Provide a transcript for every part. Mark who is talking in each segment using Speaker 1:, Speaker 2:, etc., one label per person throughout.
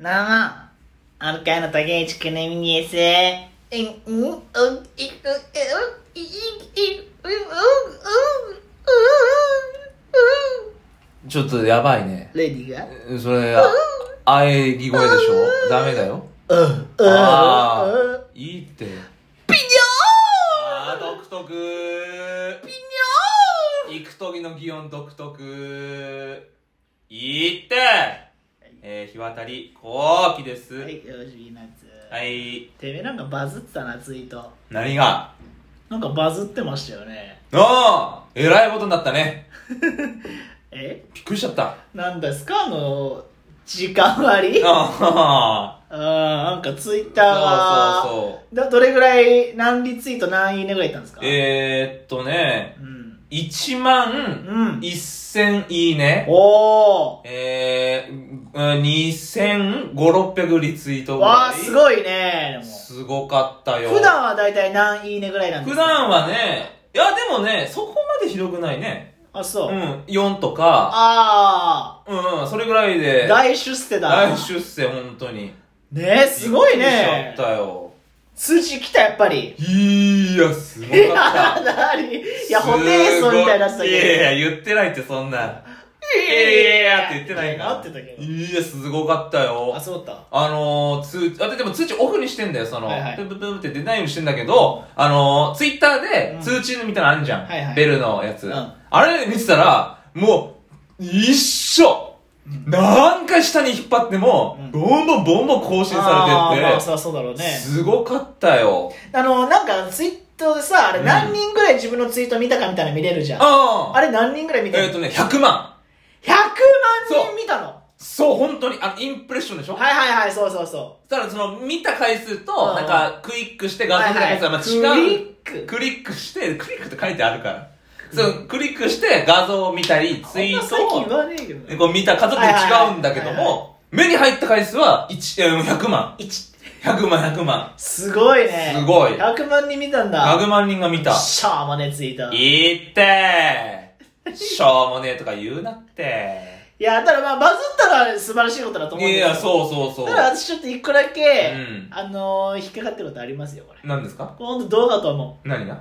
Speaker 1: どうも、アルカーの竹内くねみです。え、ん、お、い、い、い、い、い、
Speaker 2: ちょっとやばいね。
Speaker 1: レディが
Speaker 2: それ、あ喘ぎ声でしょダメだよ。
Speaker 1: うん、
Speaker 2: ああ
Speaker 1: う、
Speaker 2: いいって。
Speaker 1: ピニ
Speaker 2: ああ、独特。
Speaker 1: ョーピ
Speaker 2: 行く時の擬音独特。いいって。えー、日渡り、後期です。
Speaker 1: ニョ
Speaker 2: は。
Speaker 1: ーはいい、よろしいなつ。てめえなんかバズってたな、ツイート。
Speaker 2: 何が
Speaker 1: なんかバズってましたよね。
Speaker 2: のあえらいことになったね。
Speaker 1: え
Speaker 2: びっくりしち ゃった。
Speaker 1: なんですかあの、時間割あ
Speaker 2: あ
Speaker 1: あ、なんかツイッター
Speaker 2: あ。
Speaker 1: が。
Speaker 2: そうそうそう。
Speaker 1: だどれぐらい、何リツイート何いいねぐらいいったんですか
Speaker 2: えー、っとね、
Speaker 1: うん。
Speaker 2: 1万
Speaker 1: うん。
Speaker 2: 1000いいね。
Speaker 1: お
Speaker 2: えー、2500、600リツイート
Speaker 1: ー。
Speaker 2: ぐらい。
Speaker 1: わー、すごいね。です
Speaker 2: ごかった
Speaker 1: も
Speaker 2: よ。
Speaker 1: 普段はだいたい何いいねぐらいなんです
Speaker 2: 普
Speaker 1: か
Speaker 2: 段は。ね、いや、でもね、そこまでひどくないね。
Speaker 1: あ、
Speaker 2: う
Speaker 1: そう。
Speaker 2: ん、4とか、
Speaker 1: あ
Speaker 2: うん、うん、それぐらい
Speaker 1: ー。
Speaker 2: で、
Speaker 1: 大出世だ。
Speaker 2: 大出世、本当に。
Speaker 1: ねえ、すごい
Speaker 2: びっくりし
Speaker 1: ね
Speaker 2: ちゃ。ったよ。
Speaker 1: 筋来た、やっぱり。
Speaker 2: いや、すご
Speaker 1: いや、
Speaker 2: か った。
Speaker 1: なにいや、ホテイソンみたいになってた
Speaker 2: すごいいやい
Speaker 1: け
Speaker 2: や、言ってないって、そんな。
Speaker 1: ど。
Speaker 2: いやいやって言ってないから
Speaker 1: なってたけど。
Speaker 2: いや、すごかったよ。
Speaker 1: あ、そうだった。
Speaker 2: あのー、通知、あ、ででも通知オフにしてんだよ、その、
Speaker 1: はいはい
Speaker 2: プンプンプンって出ないようにしてんだけど、あのー、ツイッター
Speaker 1: う
Speaker 2: で
Speaker 1: ん
Speaker 2: 通知みたいなのあるじゃん。
Speaker 1: はいはい
Speaker 2: ベルのやつ。
Speaker 1: うん
Speaker 2: あれ見てたら、もう、一緒
Speaker 1: うん
Speaker 2: 何回下に引っ張っても、
Speaker 1: うん
Speaker 2: ボンボンボンボン更新さ
Speaker 1: あーまあ、
Speaker 2: れ
Speaker 1: そりゃそうだろう
Speaker 2: てって、
Speaker 1: ね。
Speaker 2: すごかったよ。
Speaker 1: あの、なんかツイートでさ、あれ
Speaker 2: うん
Speaker 1: 何人ぐらい自分のツイート見たかみたいなの見れるじゃん。
Speaker 2: あ
Speaker 1: あれ何人ぐらい見
Speaker 2: れ
Speaker 1: て
Speaker 2: え
Speaker 1: る
Speaker 2: っ、とね、100万。
Speaker 1: ?100 万
Speaker 2: そ
Speaker 1: 人見たの
Speaker 2: そう、本当に、あの、インプレッションでしょ
Speaker 1: はいはいはい、そうそうそ
Speaker 2: ただ、その、見た回数と
Speaker 1: う、ん
Speaker 2: なんか、クリックして
Speaker 1: う。
Speaker 2: 画
Speaker 1: は
Speaker 2: 像
Speaker 1: い
Speaker 2: 見た
Speaker 1: は
Speaker 2: 回
Speaker 1: い
Speaker 2: 数はま
Speaker 1: ク
Speaker 2: あ違う。
Speaker 1: リック。
Speaker 2: クリックして、クリックって書いてあるから。そう、クリックして画像を見たり、ツイー
Speaker 1: そんな最
Speaker 2: ト
Speaker 1: 近
Speaker 2: を
Speaker 1: 言わねえけど
Speaker 2: で
Speaker 1: ね。
Speaker 2: こう見た家族で違うんだけど
Speaker 1: はいはいはい
Speaker 2: も、目に入った回数は1、えー100万。
Speaker 1: 一
Speaker 2: 100万、100万。
Speaker 1: すごいね。
Speaker 2: すごい
Speaker 1: 100万人見たんだ。
Speaker 2: 100万人が見た。
Speaker 1: しゃーまねツイート。い
Speaker 2: いってーしょうもねえとか言うなって。
Speaker 1: や、ただまあ、バズったら素晴らしいことだと
Speaker 2: い
Speaker 1: 思うんですよ。
Speaker 2: や、そうそうそう
Speaker 1: た。だ私ちょっと一個だけ、
Speaker 2: うん
Speaker 1: あのー、引っかかってることありますよ、これ。
Speaker 2: 何ですか
Speaker 1: ほんとどうだと思う。
Speaker 2: 何が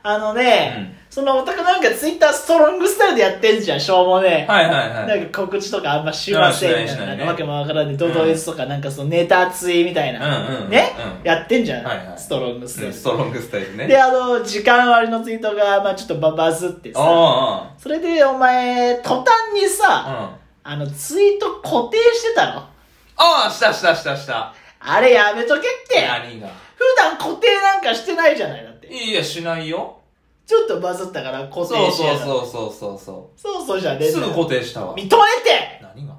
Speaker 1: あの
Speaker 2: うん。
Speaker 1: ね、そのオタクなんかツイッターストロングスタイルでやってんじゃん、しょうもね。
Speaker 2: はいはいは。
Speaker 1: ないんか告知とかあんましませんみた
Speaker 2: あしないい
Speaker 1: な
Speaker 2: しな
Speaker 1: ないん
Speaker 2: ね
Speaker 1: かわけもわからんで、ドドエスとかなんかそのネタついみたいな、
Speaker 2: うんうん
Speaker 1: ね、
Speaker 2: うん
Speaker 1: やってんじゃん、
Speaker 2: はいはい
Speaker 1: ストロングスタイ
Speaker 2: うん
Speaker 1: ル
Speaker 2: ストロングスタイル
Speaker 1: で
Speaker 2: ね。
Speaker 1: あの時間割のツイートが、まあ、ちょっとババズってさ
Speaker 2: あ
Speaker 1: それでお前途端に
Speaker 2: あ、う
Speaker 1: さ、
Speaker 2: ん。
Speaker 1: あのツイート固定してたの
Speaker 2: ああ、したしたしたした。
Speaker 1: あれやめとけって
Speaker 2: 何が
Speaker 1: 普段固定なんかしてないじゃないだって
Speaker 2: いや、しないよ。
Speaker 1: ちょっとバズったから固定
Speaker 2: そう
Speaker 1: してや
Speaker 2: そう
Speaker 1: る
Speaker 2: そうそうそうそ
Speaker 1: そうそうじゃ
Speaker 2: う
Speaker 1: ねえ
Speaker 2: すぐ固定したわ
Speaker 1: 認めて
Speaker 2: 何が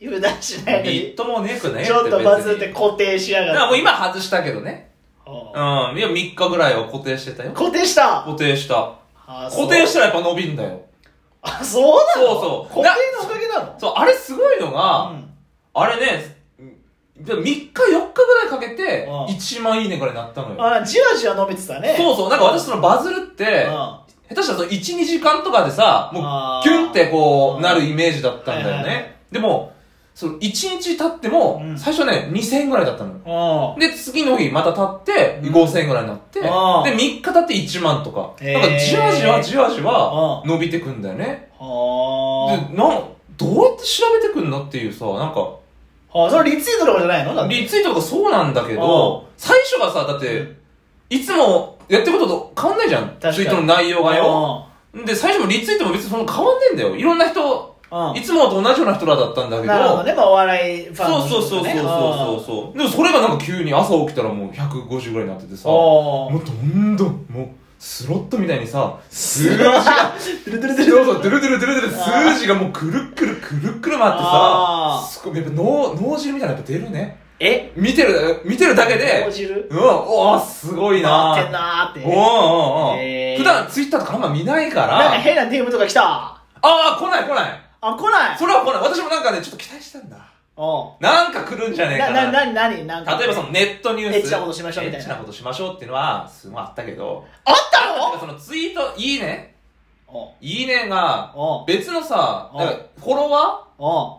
Speaker 1: 油断しないの
Speaker 2: みっ
Speaker 1: に
Speaker 2: ともねえくねえ
Speaker 1: ちょっとバズっ
Speaker 2: 別
Speaker 1: て
Speaker 2: に
Speaker 1: 固定しや
Speaker 2: だから
Speaker 1: がっ
Speaker 2: もう
Speaker 1: て
Speaker 2: 今外したけどねうんい
Speaker 1: ああ
Speaker 2: や3日ぐらいは固定してたよ
Speaker 1: 固定した
Speaker 2: 固定した
Speaker 1: あそう
Speaker 2: 固定したらやっぱ伸びんだよ
Speaker 1: あ、そうなの
Speaker 2: そうそ
Speaker 1: 固
Speaker 2: う
Speaker 1: 定のおかげなの
Speaker 2: そうあれすごいの
Speaker 1: う
Speaker 2: が
Speaker 1: ん
Speaker 2: あれね3日4日ぐらいかけて
Speaker 1: うん
Speaker 2: 1万いいねぐらいになったのよ
Speaker 1: あ、じわじわ伸びてたね。
Speaker 2: そうそうなんか私そのバズるって
Speaker 1: あ
Speaker 2: 下手したらその12時間とかでさもう
Speaker 1: あー
Speaker 2: キュンってこ
Speaker 1: うん
Speaker 2: うなるイメージだったんだよね、
Speaker 1: はいはいはい
Speaker 2: でもその1日経っても、
Speaker 1: うん
Speaker 2: 最初ね2000円ぐらいだったのよ
Speaker 1: あ。
Speaker 2: で次の日また経って
Speaker 1: うん
Speaker 2: 5000円ぐらいになって、で
Speaker 1: あー
Speaker 2: 3日経って1万とか
Speaker 1: へー
Speaker 2: なんかじわじわじわじわ
Speaker 1: う
Speaker 2: 伸びてくんだよね
Speaker 1: は
Speaker 2: でなんどうやって調べてくんだっていうさなんか
Speaker 1: あ。はあ、それリツイートとかじゃないのだって
Speaker 2: リツイートとかそうなんだけど最初がさだって、
Speaker 1: うん
Speaker 2: いつもやってることと変わんないじゃん
Speaker 1: かに
Speaker 2: ツイートの内容がよ
Speaker 1: よ。
Speaker 2: で、最初もリツイートも別にそんな変わんねえんだよ。いろんな人、
Speaker 1: うん。
Speaker 2: いつもと同じような人らだったんだけど。
Speaker 1: なるほどね。まあ、お笑いファン
Speaker 2: そう
Speaker 1: の
Speaker 2: そうそうそうそうそうそう。でもそれがなんか急に朝起きたらもう150ぐらいになっててさ、
Speaker 1: お
Speaker 2: もうどんどん、もうスロットみたいにさ、数字が、
Speaker 1: ー。ドゥルドゥルドゥル
Speaker 2: そうそう、ドゥルドゥルドゥルドゥル
Speaker 1: あー
Speaker 2: 数字がもうくるっくるくるっくる回って
Speaker 1: あ
Speaker 2: さ、すごい、やっぱ脳、脳汁みたいなのやっぱ出るね。
Speaker 1: え
Speaker 2: 見てる、見てるだけ
Speaker 1: 脳
Speaker 2: で、
Speaker 1: 汁
Speaker 2: うん、おーすごいな
Speaker 1: 回ってんなーって。
Speaker 2: おーおーお
Speaker 1: へ
Speaker 2: ー
Speaker 1: ー
Speaker 2: 普段ツイッターとかあんま見ないから、
Speaker 1: なんか変な DM とか来た。
Speaker 2: ああ、来ない来ない。
Speaker 1: あ、来ない。
Speaker 2: それは来ない。私もなんかね、ちょっと期待したんだ。
Speaker 1: お
Speaker 2: なんか来るんじゃね
Speaker 1: う
Speaker 2: え
Speaker 1: な、
Speaker 2: か
Speaker 1: な、
Speaker 2: な。
Speaker 1: なに、なに、なんか。
Speaker 2: 例えばそのネットニュース。
Speaker 1: エッチなことしましょうみたいな
Speaker 2: エッチなことしましょうっていうのは、すごいあったけど。
Speaker 1: あった
Speaker 2: なんか
Speaker 1: の
Speaker 2: そのツイート、いいね
Speaker 1: おう
Speaker 2: いいねが、
Speaker 1: おう
Speaker 2: 別のさ、
Speaker 1: うん
Speaker 2: なんかフォロワ
Speaker 1: おう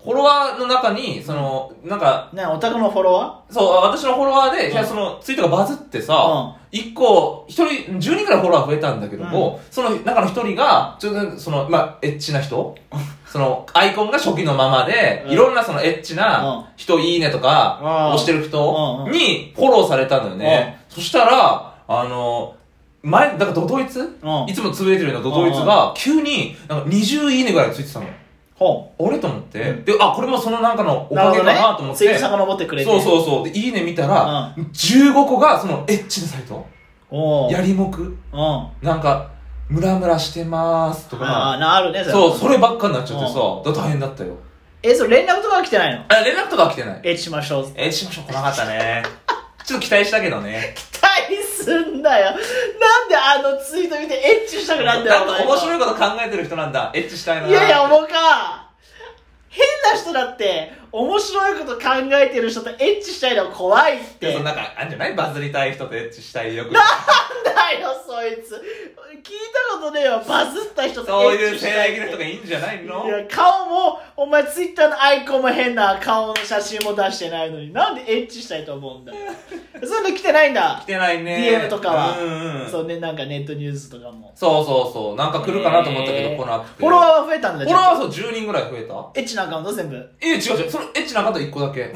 Speaker 2: フォロワーの中に、その、なんか、
Speaker 1: ね、オタクのフォロワ
Speaker 2: そう、私のフォロワーで、
Speaker 1: うん
Speaker 2: いやその、ツイートがバズって
Speaker 1: うん
Speaker 2: さ、一、個、一人、10人くらいフォロワー増えたんだけども、その中の一人が、ちょっと、その、まあ、エッチな人 その、アイコンが初期のままで、
Speaker 1: うん
Speaker 2: いろんなそのエッチ
Speaker 1: うん
Speaker 2: な人、いいねとか、
Speaker 1: うん
Speaker 2: 押してる
Speaker 1: うん
Speaker 2: 人にフォローされたのよね。そしたら、あの、前、だからドドイツ、
Speaker 1: うん
Speaker 2: いつもつぶれてるようなドドイツが、急に、なんか20いいねぐらいついてたの。
Speaker 1: ーほ
Speaker 2: あれと思って、
Speaker 1: うん
Speaker 2: で、あ、これもそのなんかの
Speaker 1: う
Speaker 2: おかげかなと思って。
Speaker 1: ツイート遡ってくれて
Speaker 2: そう
Speaker 1: う
Speaker 2: そうそう。で、いいね見たら、15個が、その、エッチなサイト。
Speaker 1: おー
Speaker 2: やりもく。
Speaker 1: うんあ
Speaker 2: なんか、ムラムラしてまーすと
Speaker 1: あ
Speaker 2: か。
Speaker 1: なあるねれ
Speaker 2: そう、そればっかになっちゃってさ、だから大変だったよ。
Speaker 1: えそれ連絡とかは来てないの
Speaker 2: あ、連絡とかは来てない。
Speaker 1: エッチしましょう
Speaker 2: え、しましょう、来なかったね。 ちょっと期待したけどね。
Speaker 1: 期待すんだよなんであのツイート見てエッチしたくな
Speaker 2: なんん
Speaker 1: だよ
Speaker 2: か面白いこと考えてる人なんだ。エッチしたいな。
Speaker 1: いやいや、おもか変な人だって、面白いこと考えてる人とエッチしたいの怖いっ
Speaker 2: で
Speaker 1: て。
Speaker 2: そ
Speaker 1: な
Speaker 2: の
Speaker 1: ん
Speaker 2: なんか、あんじゃないバズりたい人とエッチした いよく。
Speaker 1: だよ、そいつ。聞いたことねえよ、バズった人
Speaker 2: そ
Speaker 1: と
Speaker 2: う
Speaker 1: エッ
Speaker 2: いう
Speaker 1: チし
Speaker 2: 性
Speaker 1: たいって。
Speaker 2: 愛の人がいいんじゃないの
Speaker 1: いや、顔も、お前ツイッターのアイコンも変な顔の写真も出してないのに、なんでエッチしたいと思うん だよ。そういうの来てないんだ
Speaker 2: 来。てないね。
Speaker 1: DM とかは
Speaker 2: うんうん。
Speaker 1: そ
Speaker 2: そう
Speaker 1: うね、なんかネットニュースとかも。
Speaker 2: そうそう。なんか来るかなと思ったけ
Speaker 1: えー
Speaker 2: ど、来なくて。
Speaker 1: フォロワーは増えたんだ
Speaker 2: フォロワー
Speaker 1: ちょっ
Speaker 2: そう10人ぐらい増えた
Speaker 1: とエッチなアカウント全部。
Speaker 2: え違う違うそのエッチな方1個だけ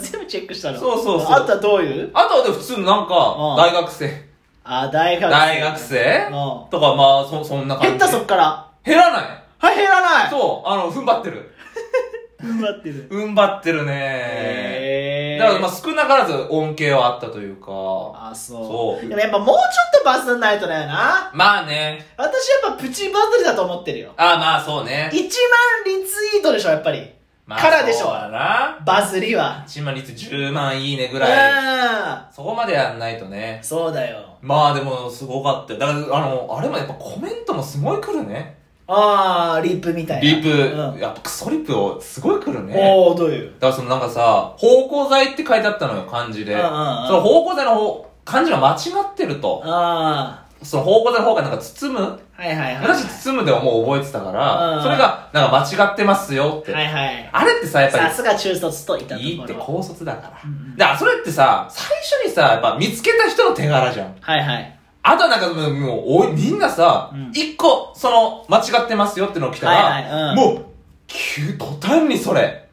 Speaker 1: 全部チェックしたの。
Speaker 2: そうそうそう
Speaker 1: あとはどういう
Speaker 2: あとはで普通のなんか
Speaker 1: うん
Speaker 2: 大学生
Speaker 1: あ、大学生。
Speaker 2: 大学生
Speaker 1: う
Speaker 2: とかまあそそんな感じ
Speaker 1: 減ったそっから。
Speaker 2: 減らない
Speaker 1: はい、減らない
Speaker 2: そうあの踏ん張ってる
Speaker 1: 頑張ってる。
Speaker 2: 踏ん張ってるね
Speaker 1: へ
Speaker 2: だからまあ少なからず恩恵はあったというか
Speaker 1: あ、あ、そう。
Speaker 2: そう
Speaker 1: でもやっぱもうちょっとバズんないとだよな。
Speaker 2: まあね
Speaker 1: 私やっぱプチバズりだと思ってるよ。
Speaker 2: あまあそうね
Speaker 1: 1万リツイートでしょ、やっぱり。
Speaker 2: まあ
Speaker 1: からでしょ
Speaker 2: そうだな
Speaker 1: バズりは。
Speaker 2: 1万率10万いいねぐ
Speaker 1: う
Speaker 2: らい
Speaker 1: ん。
Speaker 2: そこまでやんないとね
Speaker 1: そうだよ。
Speaker 2: まあでもすごかったよだからあのあれもやっぱコメントもすごい来るね
Speaker 1: あー、リップみたいな。
Speaker 2: リップ、
Speaker 1: うん
Speaker 2: やっぱクソリップをすごい来るね。
Speaker 1: おー、どういう。
Speaker 2: だからそのなんかさ、芳香剤って書いてあったのよ、漢字で。
Speaker 1: うん
Speaker 2: そ
Speaker 1: うんうん
Speaker 2: の芳香剤の方、漢字が間違ってると。
Speaker 1: あ
Speaker 2: その芳香剤の方がなんか包む
Speaker 1: ー。はいはいはい。
Speaker 2: 私包むでももう覚えてたか
Speaker 1: うんうん
Speaker 2: ら、それがなんか間違ってますよって。
Speaker 1: はいはい。
Speaker 2: あれってさ、やっ
Speaker 1: さ
Speaker 2: ぱ
Speaker 1: すが中卒といったところ。
Speaker 2: り、いいって高卒だから。
Speaker 1: うんうん
Speaker 2: だからそれってさ、最初にさ、やっぱ見つけた人の手柄じゃん。
Speaker 1: はいはい。
Speaker 2: あとはなんかもう、もうおいみんなさ
Speaker 1: うん、
Speaker 2: 一、個、その、間違ってますよってのが来たら、
Speaker 1: はいはいうん
Speaker 2: もう、急、途端にそれ。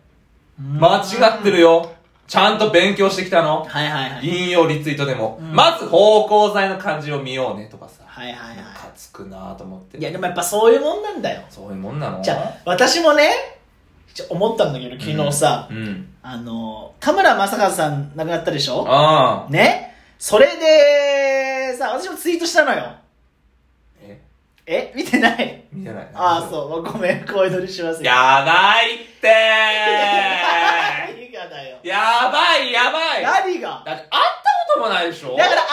Speaker 2: 間違ってるよ。ちゃんと勉強してきたの。
Speaker 1: はいはいはい。
Speaker 2: 引用リツイートでも。
Speaker 1: うん
Speaker 2: まず、方向剤の漢字を見ようねとかさ。
Speaker 1: はいはい
Speaker 2: ム
Speaker 1: は
Speaker 2: カつくなぁと思って。
Speaker 1: い。いや、でもやっぱそういうもんなんだよ。
Speaker 2: そういうもんなの
Speaker 1: じゃあ、私もね、ちょ思ったんだけど、昨日さ、
Speaker 2: うん。
Speaker 1: あの、田村正和さん亡くなったでしょ
Speaker 2: ああ。
Speaker 1: ねそれで、さ、私もツイートしたのよ。
Speaker 2: え、
Speaker 1: え見てない
Speaker 2: 見てない。
Speaker 1: ああ、そう。ごめん、声取りしますよ。
Speaker 2: やばいって ー
Speaker 1: 何がだよ。
Speaker 2: やばいやばいだって
Speaker 1: 何が
Speaker 2: 会ったこともないでしょ
Speaker 1: だから会いたか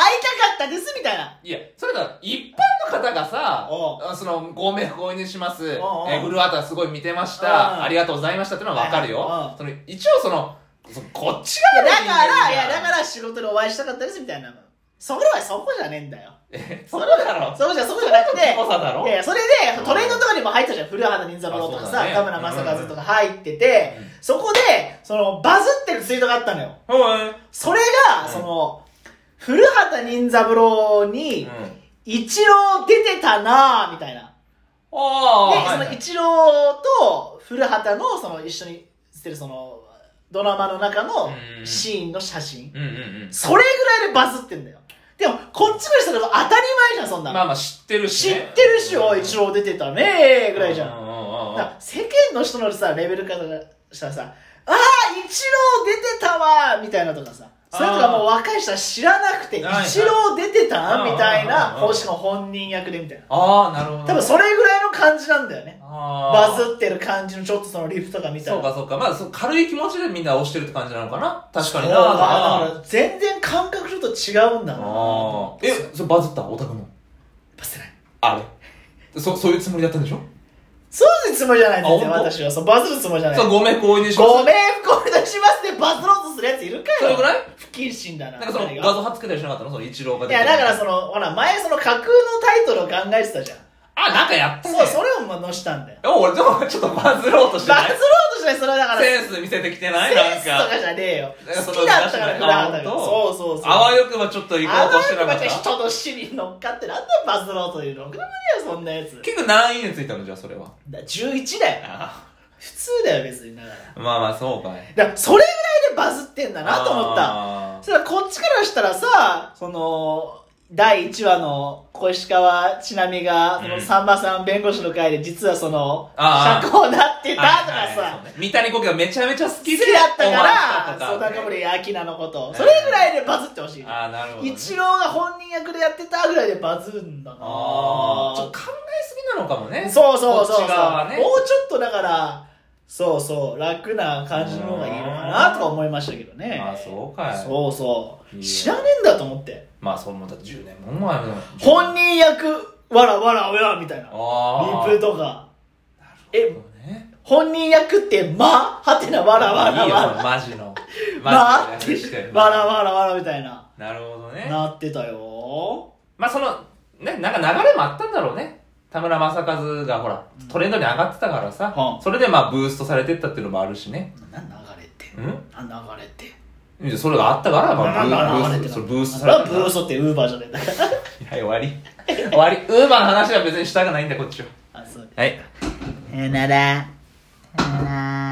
Speaker 1: ったです、みたいな。
Speaker 2: いや、それだから一般の方がさ
Speaker 1: おう、
Speaker 2: あその、ご冥福をお祈りします。え
Speaker 1: おう
Speaker 2: ー、ブルーアートはすごい見てまし
Speaker 1: う
Speaker 2: た。
Speaker 1: ん
Speaker 2: ありがとうございましたってのはわかる
Speaker 1: はいはい
Speaker 2: よ
Speaker 1: うん。
Speaker 2: その、一応その、そこっち
Speaker 1: いや、
Speaker 2: 側の
Speaker 1: だ
Speaker 2: 人
Speaker 1: か
Speaker 2: 間
Speaker 1: ら、い
Speaker 2: じゃん
Speaker 1: や、だから仕事でお会いしたかったです、みたいなの。それはそこじゃねえんだよ。
Speaker 2: え そうだろ。
Speaker 1: そこじゃ、そこじゃなくて、
Speaker 2: そうだろ
Speaker 1: いやいやそれでトレンドとかにも入ったじゃん古畑任三郎とか
Speaker 2: あそう
Speaker 1: さ、
Speaker 2: だね
Speaker 1: 田村正和とか入ってて、
Speaker 2: うん
Speaker 1: そこでそのバズってるツイートがあったのよ
Speaker 2: はい。
Speaker 1: それが、
Speaker 2: うん
Speaker 1: その古畑任三郎に
Speaker 2: うん。
Speaker 1: 一郎出てたなぁみたいな、
Speaker 2: ああ。はい
Speaker 1: でその一郎と古畑のその一緒にしてるそのドラマの中の
Speaker 2: うん
Speaker 1: シーンの写真、
Speaker 2: うんうんうん。
Speaker 1: それぐらいでバズってんだよでもこっちの人でも当たり前じゃんそんなの、
Speaker 2: まあまあ知ってるし
Speaker 1: 知っ
Speaker 2: ね。
Speaker 1: てるし、おい、一郎出てたねーぐらいじゃん。
Speaker 2: うんうんうんうん
Speaker 1: だから世間の人のさレベルからしたらさ「ああ一郎出てたわ」みたいなとかさそれとかもう若い人は知らなくて「
Speaker 2: はいはい
Speaker 1: 一郎出てた?」みたいな
Speaker 2: うんうんうんうん
Speaker 1: 講師の本人役でみたいな
Speaker 2: ああ、なるほど。
Speaker 1: 多分それぐらいの感じなんだよね
Speaker 2: あ
Speaker 1: バ
Speaker 2: ー
Speaker 1: ズってる感じのちょっとそのリフとか見た
Speaker 2: そう
Speaker 1: ら
Speaker 2: かそうか。まあ、そう軽い気持ちでみんな押してるって感じなのかな確かに
Speaker 1: だ
Speaker 2: な。
Speaker 1: からだから全然感覚ちょっと違うんだな
Speaker 2: ああ。え
Speaker 1: やっ、
Speaker 2: それバズったオタクの。
Speaker 1: ぱせない
Speaker 2: あれ。そ、そういうつもりだったんでしょ
Speaker 1: そういうつもりじゃないんですよ
Speaker 2: あ本当
Speaker 1: 私はそうバズるつもりじゃない
Speaker 2: そう、ごめん、購入します。
Speaker 1: ごめん不幸出しますってバズろうとするやついるかよ
Speaker 2: それぐらい
Speaker 1: 不謹慎だな
Speaker 2: なんかその
Speaker 1: 誰が
Speaker 2: 画像貼っつけたりしなかったのその一郎が
Speaker 1: いや、だからそ
Speaker 2: の。
Speaker 1: の、ほら、前その架空のタイトルを考えてたじゃん。
Speaker 2: あ、なんかやったね。
Speaker 1: そう、それをもう載したんだよ。
Speaker 2: でも俺、でもちょっとバズろうとして
Speaker 1: バ
Speaker 2: ない
Speaker 1: ズろうとしかにそれはだから、
Speaker 2: センス見せてきてない
Speaker 1: セ
Speaker 2: な
Speaker 1: ン
Speaker 2: ん
Speaker 1: スとか
Speaker 2: か。
Speaker 1: じゃねえよ。
Speaker 2: なんかそ
Speaker 1: 好
Speaker 2: の
Speaker 1: きだったから
Speaker 2: 出し
Speaker 1: フ
Speaker 2: て
Speaker 1: ラ
Speaker 2: ない
Speaker 1: ンだから。
Speaker 2: あ
Speaker 1: そうそうそう。
Speaker 2: あわよくばちょっと行こうとしてなかっ
Speaker 1: あわよくば
Speaker 2: た。
Speaker 1: 人の死に乗っかってなんでバズろうというのろくなもんやそんなやつ。
Speaker 2: 結構何位についたのじゃあそれは。
Speaker 1: だ11だよ。
Speaker 2: あ
Speaker 1: 普通だよ、別に。だから。
Speaker 2: ーまあまあそうかい。
Speaker 1: だからそれぐらいでバズってんだなと思った。
Speaker 2: た。
Speaker 1: それはこっちからしたらさ、その、第1話の小石川ちなみが、その、
Speaker 2: うん
Speaker 1: さんまさん弁護士の会で実はその、
Speaker 2: あー
Speaker 1: 社交なってたとかさ、
Speaker 2: はいはいはいそうね三谷幸喜がめちゃめちゃ好き
Speaker 1: 好
Speaker 2: で
Speaker 1: きだったか
Speaker 2: オマージュ
Speaker 1: ら、
Speaker 2: だ
Speaker 1: そう、
Speaker 2: ったと
Speaker 1: 中森明菜のこと
Speaker 2: う、ん
Speaker 1: それぐらいでバズってほしい。
Speaker 2: ああなるほどね
Speaker 1: 一郎が本人役でやってたぐらいでバズるんだな
Speaker 2: ああちょっと考えすぎなのかもね
Speaker 1: そうそうそう
Speaker 2: こ
Speaker 1: そ
Speaker 2: っ
Speaker 1: う、
Speaker 2: ち側はね
Speaker 1: もうちょっとだからそうそう楽な感じの方がいいのかなとか思いましたけどね
Speaker 2: ああそうかい
Speaker 1: そうそう
Speaker 2: いいよ
Speaker 1: 知らねえんだと思って
Speaker 2: まあそうもうだって10年も前の
Speaker 1: 本人役わらわらわらみたいな
Speaker 2: ああ
Speaker 1: リプとかえ
Speaker 2: ね
Speaker 1: 本人役ってまはてなわらわら
Speaker 2: いいよその
Speaker 1: わ
Speaker 2: マジの
Speaker 1: らま
Speaker 2: マ
Speaker 1: っ
Speaker 2: ジのやつしてる
Speaker 1: わらわらわらみたいな
Speaker 2: なるほどね
Speaker 1: なってたよ
Speaker 2: まあそのねなんか流れもあったんだろうね田村正和がほらトレンドに上がってたからさ、
Speaker 1: うん
Speaker 2: それでまあブーストされてったっていうのもあるしね
Speaker 1: な流れて
Speaker 2: うん
Speaker 1: な流れて
Speaker 2: いやそれがあったから、まあ、ブ
Speaker 1: な
Speaker 2: ー
Speaker 1: 流れ
Speaker 2: ブー
Speaker 1: て
Speaker 2: ストそれブース
Speaker 1: そ
Speaker 2: トさ
Speaker 1: れ
Speaker 2: れて
Speaker 1: は
Speaker 2: た
Speaker 1: ブーストってウーバーじゃねえんだから
Speaker 2: はい、終わり。終わり。ウーバーの話は別にしたくないんだ、こっちは。
Speaker 1: あそう
Speaker 2: はい。
Speaker 1: さよならさよなら